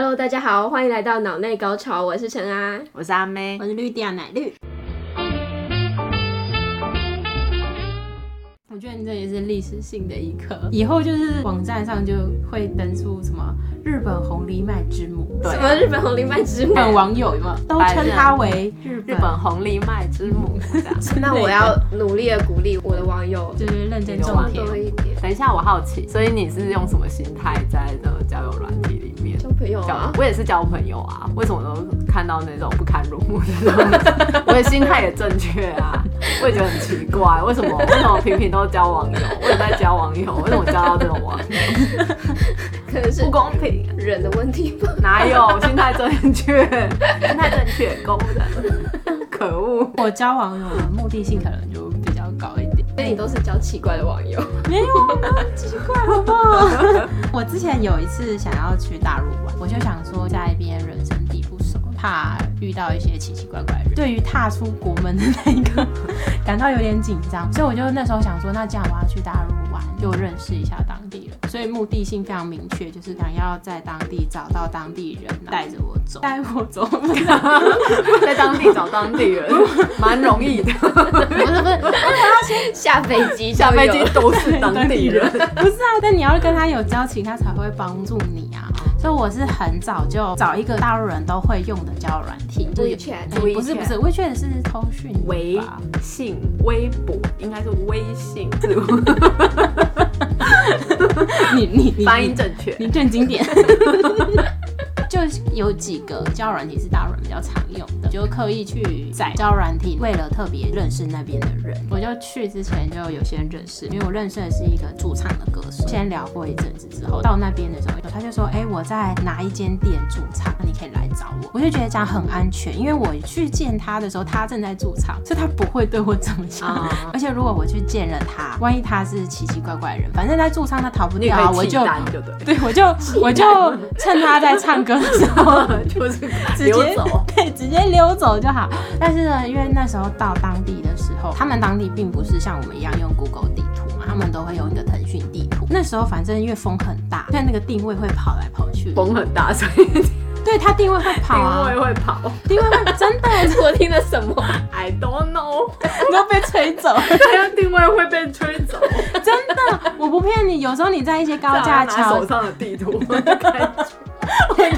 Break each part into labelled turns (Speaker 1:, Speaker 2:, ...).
Speaker 1: Hello，大家好，欢迎来到脑内高潮，我是陈啊。
Speaker 2: 我是阿妹
Speaker 3: 我。是绿调奶绿。我觉得你这也是历史性的一刻，以后就是网站上就会登出什么日本红藜麦之母，
Speaker 2: 对
Speaker 1: 什么日本红林麦之母
Speaker 3: 日？本网友有没有都
Speaker 2: 白
Speaker 3: 称
Speaker 2: 人
Speaker 3: 它为日
Speaker 2: 日
Speaker 3: 本，
Speaker 2: 本红藜麦之母，这样。
Speaker 1: 那我要努力的鼓励我的网友
Speaker 3: 就是认真种
Speaker 1: 花
Speaker 3: 田。
Speaker 1: 多一点，
Speaker 2: 等一下，我好奇，所以你是用什么心态在那个交友软体里面？
Speaker 1: 交朋友
Speaker 2: 交
Speaker 1: 啊，
Speaker 2: 我也是交朋友啊，为什么都看到那种不堪入目的东 西？我的心态也正确啊，我也觉得很奇怪，为什么为什么频频都交网友，我也在交网友，为什么交到这种网友？
Speaker 1: 可能是
Speaker 2: 不公平，
Speaker 1: 人的问题吧。
Speaker 2: 哪有？我心态正确，心态正确，公的，可恶！
Speaker 3: 我交网友的目的性可能就比较高一点，
Speaker 1: 所以你都是交奇怪的网友，
Speaker 3: 没有啊，奇怪好不好？ 我之前有一次想要去大陆玩，我就想说在一边人生地不熟，怕遇到一些奇奇怪怪的人，对于踏出国门的那一刻 感到有点紧张，所以我就那时候想说，那这样我要去大陆玩，就认识一下当地人，所以目的性非常明确，就是想要在当地找到当地人，带着我走，带我走，不是
Speaker 2: 在当地找当地 人，蛮容易的。
Speaker 3: 不是不是。
Speaker 1: 下飞机
Speaker 2: 下飞
Speaker 1: 就
Speaker 2: 机
Speaker 1: 有
Speaker 2: 都是当地 人。
Speaker 3: 不是啊，但你要跟他有交情，他才会帮助你啊。所以我是很早就找一个大陆人都会用的交友软体，就是
Speaker 1: WeChat
Speaker 3: 哎不是
Speaker 2: WeChat
Speaker 3: 不是，WeChat 是通讯吧
Speaker 2: 微信、微博应该是微信，这个
Speaker 3: 你你你
Speaker 2: 发音正确。
Speaker 3: 你正经点。 就是有几个交友软体是大陆人比较常用的，就刻意去载交友软体，为了特别认识那边的人。我就去之前就有先认识，因为我认识的是一个驻唱的歌手，先聊过一阵子之后，到那边的时候，他就说：“哎、我在哪一间店驻唱，你可以来找我。”我就觉得这样很安全，因为我去见他的时候，他正在驻唱，所以他不会对我怎么样。
Speaker 2: 啊
Speaker 3: 而且如果我去见了他，万一他是奇奇怪怪的人，反正在驻唱他逃不
Speaker 2: 你也
Speaker 3: 掉啊，
Speaker 2: 可
Speaker 3: 我
Speaker 2: 以弃
Speaker 3: 就
Speaker 2: 单，就对，
Speaker 3: 对，我就我就趁他在唱歌的时候
Speaker 2: 就是
Speaker 3: 直接
Speaker 2: 溜走。
Speaker 3: 对，直接溜走就好。但是呢，因为那时候到当地的时候，他们当地并不是像我们一样用 Google 地图嘛，他们都会用一个腾讯地图。那时候反正因为风很大，所以那个定位会跑来跑去。
Speaker 2: 风很大，所以定
Speaker 3: 对，它定位会跑啊
Speaker 2: 位，会跑。
Speaker 3: 定位会真的，
Speaker 1: 我听了什么？
Speaker 2: I don't know，
Speaker 3: 你要被吹走。
Speaker 2: 这样定位会被吹走。
Speaker 3: 真的，我不骗你，有时候你在一些高架
Speaker 2: 拿
Speaker 3: 桥
Speaker 2: 手上的地图，感觉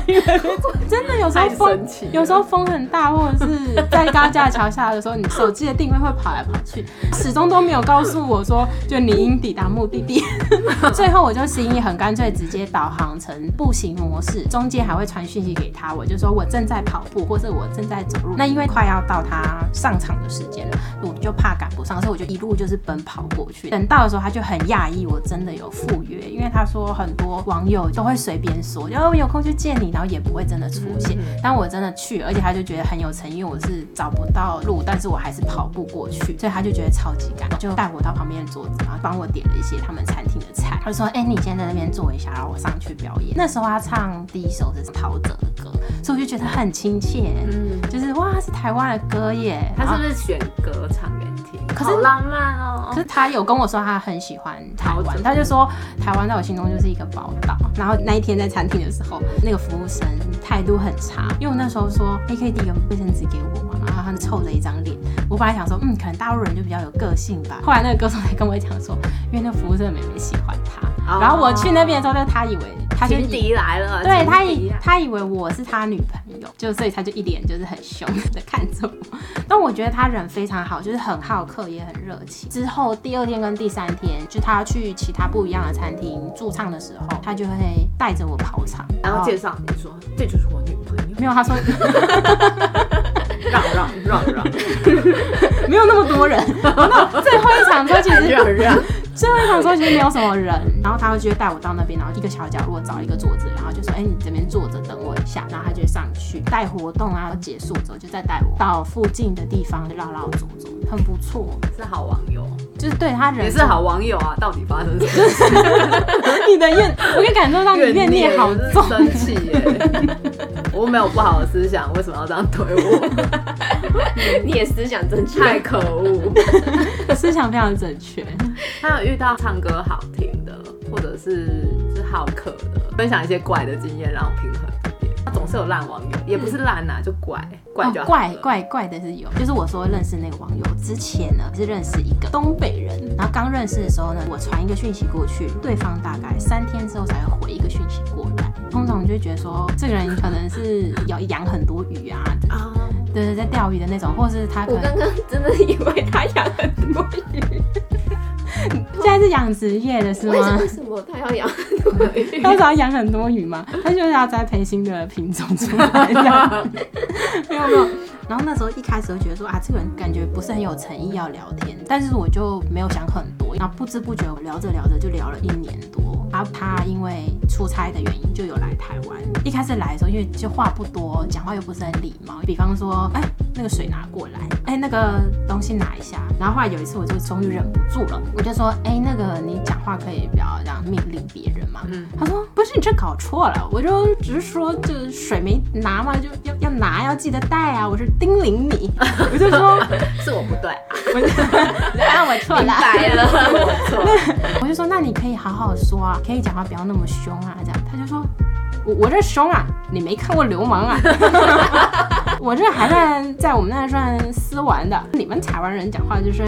Speaker 3: 真的有时
Speaker 2: 太
Speaker 3: 候风
Speaker 2: 神奇了。
Speaker 3: 有时候风很大，或者是在高架桥下的时候，你手机的定位会跑来跑去，始终都没有告诉我说，就你应抵达目的地。 最后我就心意很干脆，直接导航成步行模式，中间还会传讯息给他，我就说我正在跑步，或者我正在走路。那因为快要到他上场的时间了，我就怕赶不上，所以我就一路就是奔跑过去。等到的时候，他就很讶异，我真的有赴约，因为他说很多网友都会随便说，然后有空去见你，然后也不会真的出现。
Speaker 2: 嗯
Speaker 3: 但我真的去，而且他就觉得很有诚意，因为我是找不到路，但是我还是跑步过去，所以他就觉得超级感动，就带我到旁边的桌子，然后帮我点了一些他们餐厅的菜。他就说：“哎、你先在那边坐一下，然后我上去表演。”那时候他唱第一首是陶喆的歌，所以我就觉得很亲切，
Speaker 2: 嗯，
Speaker 3: 就是哇，是台湾的歌耶。
Speaker 2: 他是
Speaker 3: 然
Speaker 2: 不
Speaker 3: 后
Speaker 2: 是选歌唱给你听？
Speaker 3: 可是
Speaker 2: 好浪漫哦
Speaker 3: 可。是他有跟我说他很喜欢台
Speaker 2: 陶喆
Speaker 3: 湾，他就说台湾在我心中就是一个宝岛。然后那一天在餐厅的时候，那个服务生态度很差，因为我那时候说，哎、可以递个卫生纸给我嘛，然后他就臭着一张脸。我本来想说，嗯，可能大陆人就比较有个性吧。 后来那个歌手才跟我讲说，因为那服务生的妹妹喜欢他，然后我去那边的时候，就他以为他就
Speaker 2: 啊情敌来了，
Speaker 3: 对他
Speaker 2: 情敌
Speaker 3: 以
Speaker 2: 来了
Speaker 3: 他以为我是他女朋友，就所以他就一脸就是很凶的看着我。但我觉得他人非常好，就是很好客，也很热情。之后第二天跟第三天，就他去其他不一样的餐厅驻唱的时候，他就会带着我跑场，
Speaker 2: 然后介绍你说这就是我女朋 友，
Speaker 3: 没有他说
Speaker 2: 让让让让
Speaker 3: 没有那么多人，那最后一场之后 其实
Speaker 2: 让让。
Speaker 3: 最后一场说其实没有什么人，然后他会就会带我到那边，然后一个小角落找一个桌子，然后就说，哎、你这边坐着等我一下，然后他就会上去带活动啊，结束之后就再带我到附近的地方绕绕走走，很不错，
Speaker 2: 是好网友，
Speaker 3: 就是对他人
Speaker 2: 也是好网友啊！到底发生什 么事？
Speaker 3: 你的怨，我可以感受到你怨念好
Speaker 2: 真
Speaker 3: 重，
Speaker 2: 生气耶！ 我没有不好的思想，为什么要这样对我？
Speaker 1: 你也思想正确，
Speaker 2: 太可 恶！
Speaker 3: 思想非常正确。
Speaker 2: 他有遇到唱歌好听的，或者是是好客的，分享一些怪的经验，让我平衡一点。是有烂网友，也不是烂呐、就怪怪就
Speaker 3: 哦
Speaker 2: 好
Speaker 3: 怪
Speaker 2: 了
Speaker 3: 怪怪的是有，就是我说认识那个网友之前呢，是认识一个东北人，然后刚认识的时候呢，我传一个讯息过去，对方大概三天之后才会回一个讯息过来。通常就会觉得说，这个人可能是有养很多鱼啊，
Speaker 2: 啊，
Speaker 3: 对对，在钓鱼的那种，或者是他可
Speaker 1: 我
Speaker 3: 能
Speaker 1: 刚刚真的以为他养很多鱼，
Speaker 3: 现在是养殖业的是
Speaker 1: 为什
Speaker 3: 吗
Speaker 1: 为？什么他要养很多鱼？
Speaker 3: 他只要养很多鱼嘛，他就是要栽培新的品种出来。这样没有没有。然后那时候一开始就觉得说啊，这个人感觉不是很有诚意要聊天，但是我就没有想很多，然后不知不觉我聊着聊着就聊了一年多。他他因为出差的原因就有来台湾，一开始来的时候因为就话不多，讲话又不是很礼貌，比方说哎那个水拿过来，哎那个东西拿一下。然后后来有一次我就终于忍不住了，我就说哎那个你讲话可以不要这样命令别人嘛，
Speaker 2: 嗯
Speaker 3: 他说：“不是你这搞错了，我就只是说这水没拿嘛，就要要拿，要记得带啊。我是叮咛 你，我就说，
Speaker 2: 是我不对，
Speaker 3: 我就啊，我错
Speaker 1: 明
Speaker 3: 了。
Speaker 1: 白了，
Speaker 2: 我错了，
Speaker 3: 我就说，那你可以好好说啊，可以讲话不要那么凶啊，这样。他就说，我我这凶啊，你没看过流氓 啊。我这还算在我们那算斯文 的，你们台湾人讲话就是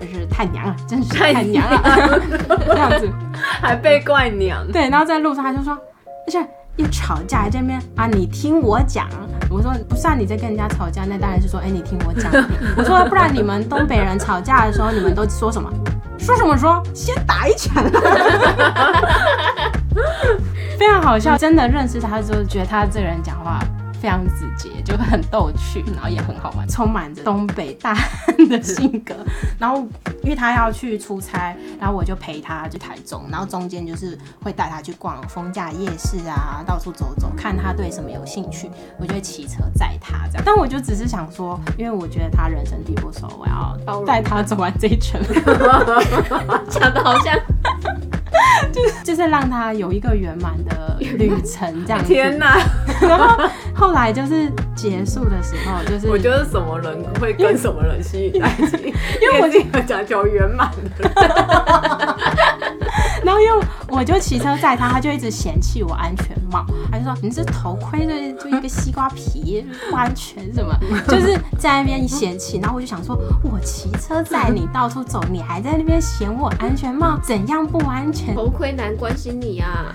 Speaker 3: 就是太娘了，真是太娘了， 这样子。
Speaker 2: 还被怪 娘，
Speaker 3: 对，然后在路上他就说，就是又吵架这边啊，你听我讲。我说不是啊，你在跟人家吵架，那当然是说，哎，你听我讲。我说不然你们东北人吵架的时候，你们都说什么？说什么说？先打一拳。 非常好笑，真的认识他之后，觉得他这个人讲话非常直接，就很逗趣，然后也很好玩，充满着东北大汉的性格。然后因为他要去出差，然后我就陪他去台中，然后中间就是会带他去逛逢甲夜市啊，到处走走，看他对什么有兴趣，我就会骑车载他这样。但我就只是想说，因为我觉得他人生地不熟，我
Speaker 1: 包
Speaker 3: 要
Speaker 1: 容
Speaker 3: 带他走完这 一程。
Speaker 1: 讲的好像
Speaker 3: 就是让他有一个圆满的旅程这样子。
Speaker 2: 天！哪！
Speaker 3: 然后后来就是结束的时候，就是
Speaker 2: 我觉得什么人会跟什么人吸引在一起，因
Speaker 3: 为我
Speaker 2: 已经有讲求圆满的人，
Speaker 3: 然后因为我就骑车载他，他就一直嫌弃我安全帽，他就说你这头盔就就一个西瓜皮，不安全什么， 就是在那边嫌弃。然后我就想说，我骑车载你到处走，你还在那边嫌我安全帽怎样不安全？
Speaker 1: 头盔男关心你啊，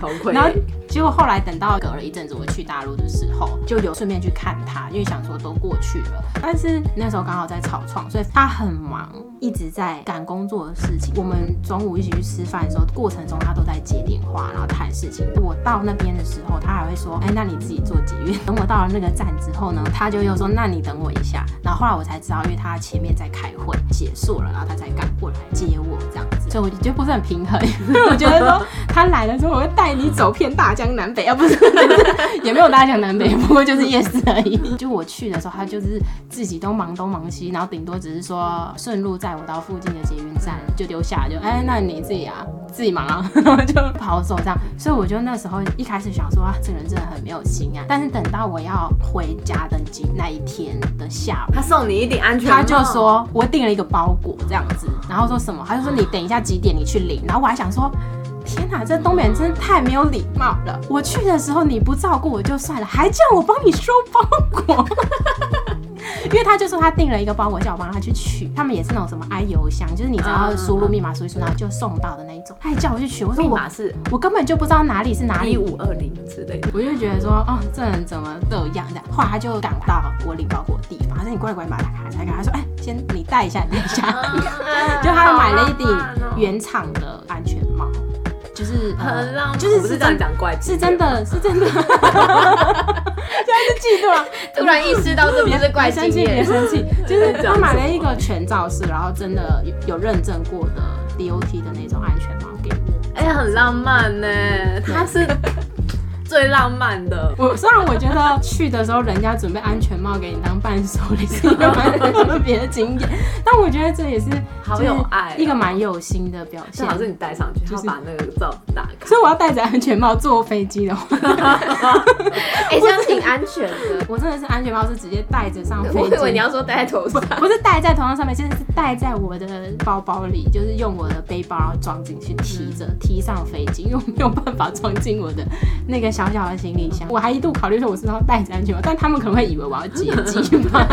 Speaker 2: 头盔
Speaker 3: 然后结果后来等到隔了一阵子，我去大陆的时候，就有顺便去看他，因为想说都过去了。但是那时候刚好在草创，所以他很忙，一直在赶工作的事情。我们中午一起去吃饭的时候，过程中他都在接电话，然后谈事情。我到那边的时候，他还会说：“哎，那你自己坐捷运。”等我到了那个站之后呢，他就又说：“那你等我一下。”然后后来我才知道，因为他前面在开会，结束了，然后他才赶过来接我这样子，所以我觉得不是很平衡。因为我觉得说他来了之后，我会带你走遍大江南北，啊，不是， 就是也没有大江南 北，不过就是夜市而已。就我去的时候，他就是自己都忙东忙西，然后顶多只是说顺路载我到附近的捷运站就丢下，就哎，那你自己啊，自己忙 啊，然后就跑走这样。所以我就那时候一开始想说啊，这个人真的很没有心啊。但是等到我要回家登机那一天的下午，
Speaker 2: 他送你一顶安全帽，
Speaker 3: 他就说我订了一个包裹这样子，然后说什么，他就说你等一下几点你去领，然后我还想说。天哪，这东北人真的太没有礼貌了！我去的时候你不照顾我就算了，还叫我帮你收包裹， 因为他就说他订了一个包裹，叫我帮他去取。他们也是那种什么 i 邮箱，就是你只要输入密码输一输，然后就送到的那一种。他还叫我去取，我说
Speaker 2: 嗯密
Speaker 3: 我
Speaker 2: 码是
Speaker 3: 我根本就不知道哪里是哪里
Speaker 2: 一，五二零之类的。
Speaker 3: 我就觉得说，哦，这人怎么这样的？后来他就赶到我领包裹的地方，他说你乖乖把它打开，打开。他说，哎，先你戴一下，你戴一 下。
Speaker 2: 啊
Speaker 3: 就他买了一顶原厂的安全帽，就是
Speaker 2: 很 浪漫，
Speaker 3: 就是
Speaker 2: 我不是
Speaker 3: 是
Speaker 2: 这样
Speaker 3: 真的，
Speaker 2: 讲怪，
Speaker 3: 是真，的，是 真的。现在是嫉妒啊了，
Speaker 1: 突然意识到这不是怪
Speaker 3: 别生
Speaker 1: 经
Speaker 3: 气，别
Speaker 1: 验，
Speaker 3: 生气。就是 他买了一个全罩式，然后真的有有认证过的 DOT 的那种安全帽给我。
Speaker 2: 哎、很浪漫 呢、他是最浪漫的。
Speaker 3: 我虽然我觉得去的时候人家准备安全帽给你当伴手礼 是一个蛮特别的景点，但我觉得这也是
Speaker 2: 好有爱哦
Speaker 3: 就是一个蛮有心的表现
Speaker 2: 最。
Speaker 1: 啊
Speaker 2: 好是你戴上去，
Speaker 3: 就是
Speaker 2: 他把那个罩子打开。
Speaker 3: 所以我要戴着安全帽坐飞机的话，
Speaker 1: 哎，这样挺安全的。
Speaker 3: 我真的是安全帽是直接戴着上飞
Speaker 1: 我以为你
Speaker 3: 机。
Speaker 1: 要说戴在头上，
Speaker 3: 不是戴在头上上面，现在是戴在我的包包里，就是用
Speaker 2: 嗯
Speaker 3: 我的背包装进去提着，提上飞机，因为我没有办法装进我的那个小小的行 李箱，我还一度考虑说我是不是要带着安全帽，但他们可能会以为我要劫机吧。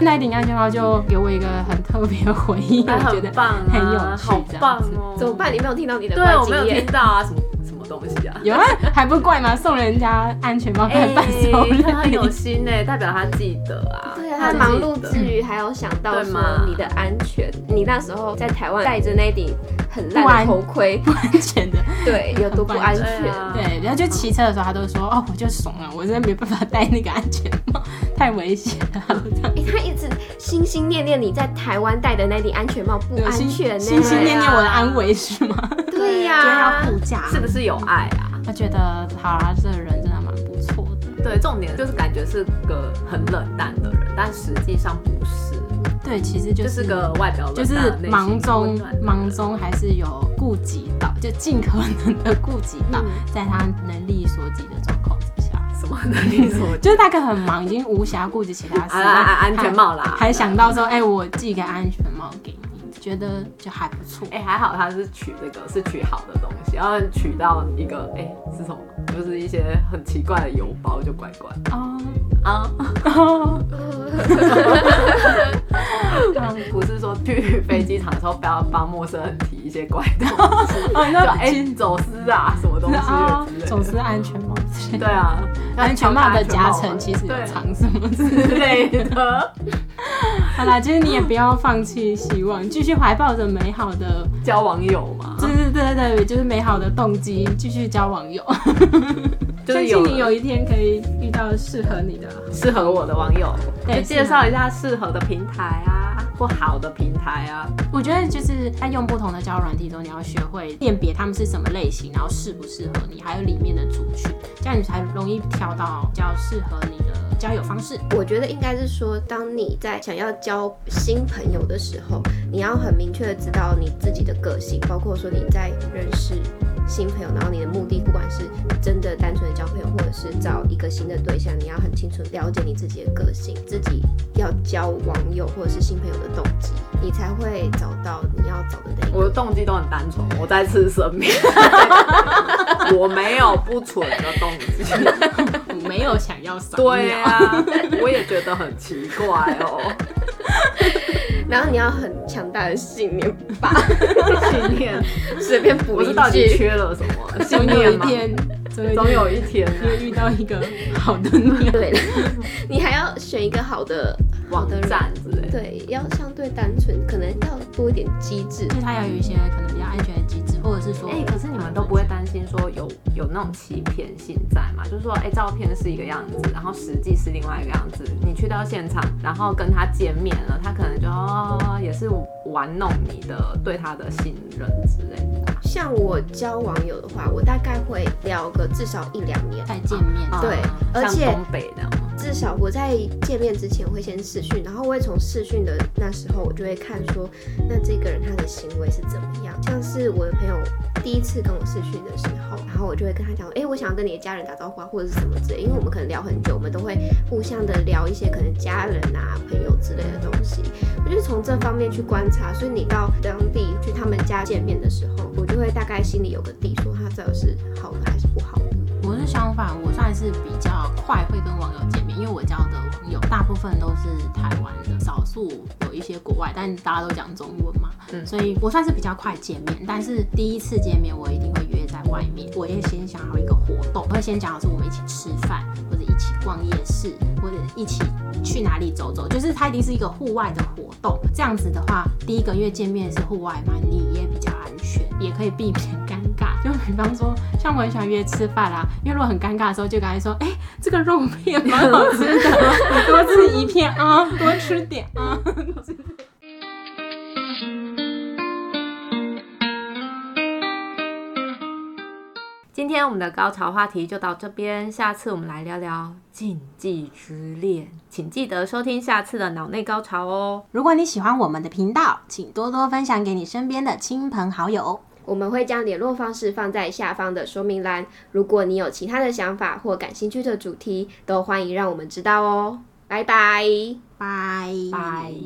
Speaker 3: 那一顶安全帽就给我一个很特别的回忆，
Speaker 2: 那
Speaker 3: 我觉
Speaker 2: 很
Speaker 3: 得
Speaker 2: 棒、啊，
Speaker 3: 很有趣
Speaker 2: 好
Speaker 3: 这样
Speaker 2: 棒
Speaker 3: 子
Speaker 2: 哦！
Speaker 1: 怎么办？你没有听到你的
Speaker 2: 对
Speaker 1: 怪
Speaker 2: 我没
Speaker 1: 经
Speaker 2: 有听
Speaker 1: 验，
Speaker 2: 到啊，什么什么东西啊？
Speaker 3: 有啊，还不怪吗？送人家安全帽跟伴手礼，
Speaker 2: 他很有心呢、代表他记得啊。
Speaker 1: 对啊，他
Speaker 2: 记
Speaker 1: 忙碌
Speaker 2: 得
Speaker 1: 之余还有想到
Speaker 2: 嗯对
Speaker 1: 说
Speaker 2: 嘛
Speaker 1: 你的安全。你那时候在台湾戴着那顶很烂的头盔，
Speaker 3: 不安全的。
Speaker 1: 对，有多不安
Speaker 2: 对
Speaker 1: 全？
Speaker 2: 啊
Speaker 3: 对，然后就骑车的时候，他都说哦，我就怂了，我真的没办法戴那个安全帽，太危险了。
Speaker 1: 哎，他一直心心念念你在台湾戴的那顶安全帽不安
Speaker 3: 心
Speaker 2: 啊
Speaker 1: 全呢，
Speaker 3: 心心念念我的安危是吗？
Speaker 1: 对
Speaker 3: 觉得要
Speaker 1: 呀，
Speaker 3: 护驾，
Speaker 2: 啊是不是有爱啊？
Speaker 3: 我觉得好啦，这个人真的蛮不错的。
Speaker 2: 对，重点就是感觉是个很冷淡的人，但实际上不是，
Speaker 3: 对，其实
Speaker 2: 就是个外表冷
Speaker 3: 就
Speaker 2: 淡
Speaker 3: 是
Speaker 2: 内心
Speaker 3: 忙中
Speaker 2: 温暖的人
Speaker 3: 忙中还是有顾及到，就尽可能的顾及到
Speaker 1: 嗯，
Speaker 3: 在他能力所及的状况之下，
Speaker 2: 什么能力什么
Speaker 3: 就是他可能很忙，已经无暇顾及其他事，
Speaker 2: 啊啊啊安
Speaker 3: 还
Speaker 2: 全帽啦
Speaker 3: 还想到说，哎、我寄个安全帽给你，觉得就还不错。
Speaker 2: 哎、还好他是取这个，是取好的东西，然后取到一个哎、是什么？就是一些很奇怪的邮包，就怪怪
Speaker 3: 哦，
Speaker 2: 啊。 不是说去飞机场的时候不要帮陌生人提一些怪 东西，
Speaker 3: 哦，
Speaker 2: 就
Speaker 3: 那
Speaker 2: 哎、走私啊什么东西
Speaker 3: 啊
Speaker 2: 之类，的
Speaker 3: 总之安全帽之类的
Speaker 2: 对啊，
Speaker 3: 安全帽的夹层
Speaker 2: 安全
Speaker 3: 其实
Speaker 2: 帽嘛
Speaker 3: 有藏什么之
Speaker 2: 对
Speaker 3: 类
Speaker 2: 之
Speaker 3: 的。
Speaker 2: 类的。
Speaker 3: 好啦，其实你也不要放弃希望，继续怀抱着美好的，
Speaker 2: 交网友嘛，
Speaker 3: 对对对对对，就是美好的动机，继续交 网友。
Speaker 2: 就是
Speaker 3: 相
Speaker 2: 有
Speaker 3: 信你有一天可以遇到适合你的。
Speaker 2: 适合我的网友，
Speaker 3: 对啊
Speaker 2: 就介绍一下适合的平台啊，或好的平台啊。
Speaker 3: 我觉得就是在用不同的交友软体中，你要学会辨别他们是什么类型，然后适不适合你，还有里面的族群，这样你才容易挑到比较适合你的交友方式。
Speaker 1: 我觉得应该是说，当你在想要交新朋友的时候，你要很明确的知道你自己的个性，包括说你在认识新朋友，然后你的目的，不管是真的单纯的交朋友，或者是找一个新的对象，你要很清楚了解你自己的个性，自己要交网友或者是新朋友的动机，你才会找到你要找的那一
Speaker 2: 我
Speaker 1: 个。
Speaker 2: 的动机都很单纯，我在吃生 命，我没有不纯的动 机。
Speaker 3: 我没有想要扫
Speaker 2: 对
Speaker 3: 描，
Speaker 2: 啊，我也觉得很奇怪哦，
Speaker 1: 然后你要很强大的信念吧，
Speaker 2: 信念，
Speaker 1: 随便补
Speaker 2: 我
Speaker 1: 一
Speaker 2: 是到底
Speaker 1: 句。
Speaker 2: 缺了什 么？信
Speaker 3: 总有
Speaker 2: 念
Speaker 3: 一
Speaker 2: 吗？
Speaker 3: 天，
Speaker 2: 总
Speaker 3: 总有
Speaker 2: 有
Speaker 3: 一
Speaker 2: 一天啊
Speaker 3: 天会遇到一个好的你。
Speaker 1: 对了，你还要选一个好的好
Speaker 2: 网
Speaker 1: 的人
Speaker 2: 站之类的。
Speaker 1: 对，要相对单纯，可能要多一点机智。
Speaker 3: 就是它要有一些可能比较安全的机制，或者是说，
Speaker 2: 哎、可是你们都不会担心说有有那种欺骗性在嘛？就是说，哎、照片是一个样子，然后实际是另外一个样子。你去到现场，然后跟他见面了，他可能就、哦、也是玩弄你的对他的信任之类的。
Speaker 1: 像我交网友的话，我大概会聊个至少一两年，
Speaker 3: 再见面，
Speaker 2: 啊
Speaker 1: 对而且
Speaker 2: 像东北那样，
Speaker 1: 至少我在见面之前会先试训，然后我会从试训的那时候，我就会看说，那这个人他的行为是怎么样。像是我的朋友第一次跟我试训的时候，然后我就会跟他讲，哎、我想要跟你的家人打招呼啊，或者是什么之类，因为我们可能聊很久，我们都会互相的聊一些可能家人啊、朋友之类的东西。我就是从这方面去观察，所以你到当地去他们家见面的时候，我就会大概心里有个底，说他到底是好的还是不好的。
Speaker 3: 我是相反，我算是比较快会跟网友见面，因为我交的网友大部分都是台湾的，少数有一些国外，但大家都讲中文嘛，
Speaker 2: 嗯
Speaker 3: 所以我算是比较快见面。但是第一次见面，我一定会约在外面，我也先想好一个活动，我会先讲好是我们一起吃饭，或者一起逛夜市，或者一起去哪里走走，就是它一定是一个户外的活动。这样子的话，第一个月见面是户外嘛，你也比较安全，也可以避免尴尬。就比方说，像我很喜欢约吃饭啦，因为如果很尴尬的时候，就赶快说，哎、这个肉片蛮好吃的，你多吃一片啊，多吃点啊。
Speaker 2: 今天我们的高潮话题就到这边，下次我们来聊聊禁忌之恋，请记得收听下次的脑内高潮哦。
Speaker 3: 如果你喜欢我们的频道，请多多分享给你身边的亲朋好友。
Speaker 1: 我们会将联络方式放在下方的说明栏。如果你有其他的想法或感兴趣的主题，都欢迎让我们知道哦。拜拜。
Speaker 3: 拜
Speaker 2: 拜。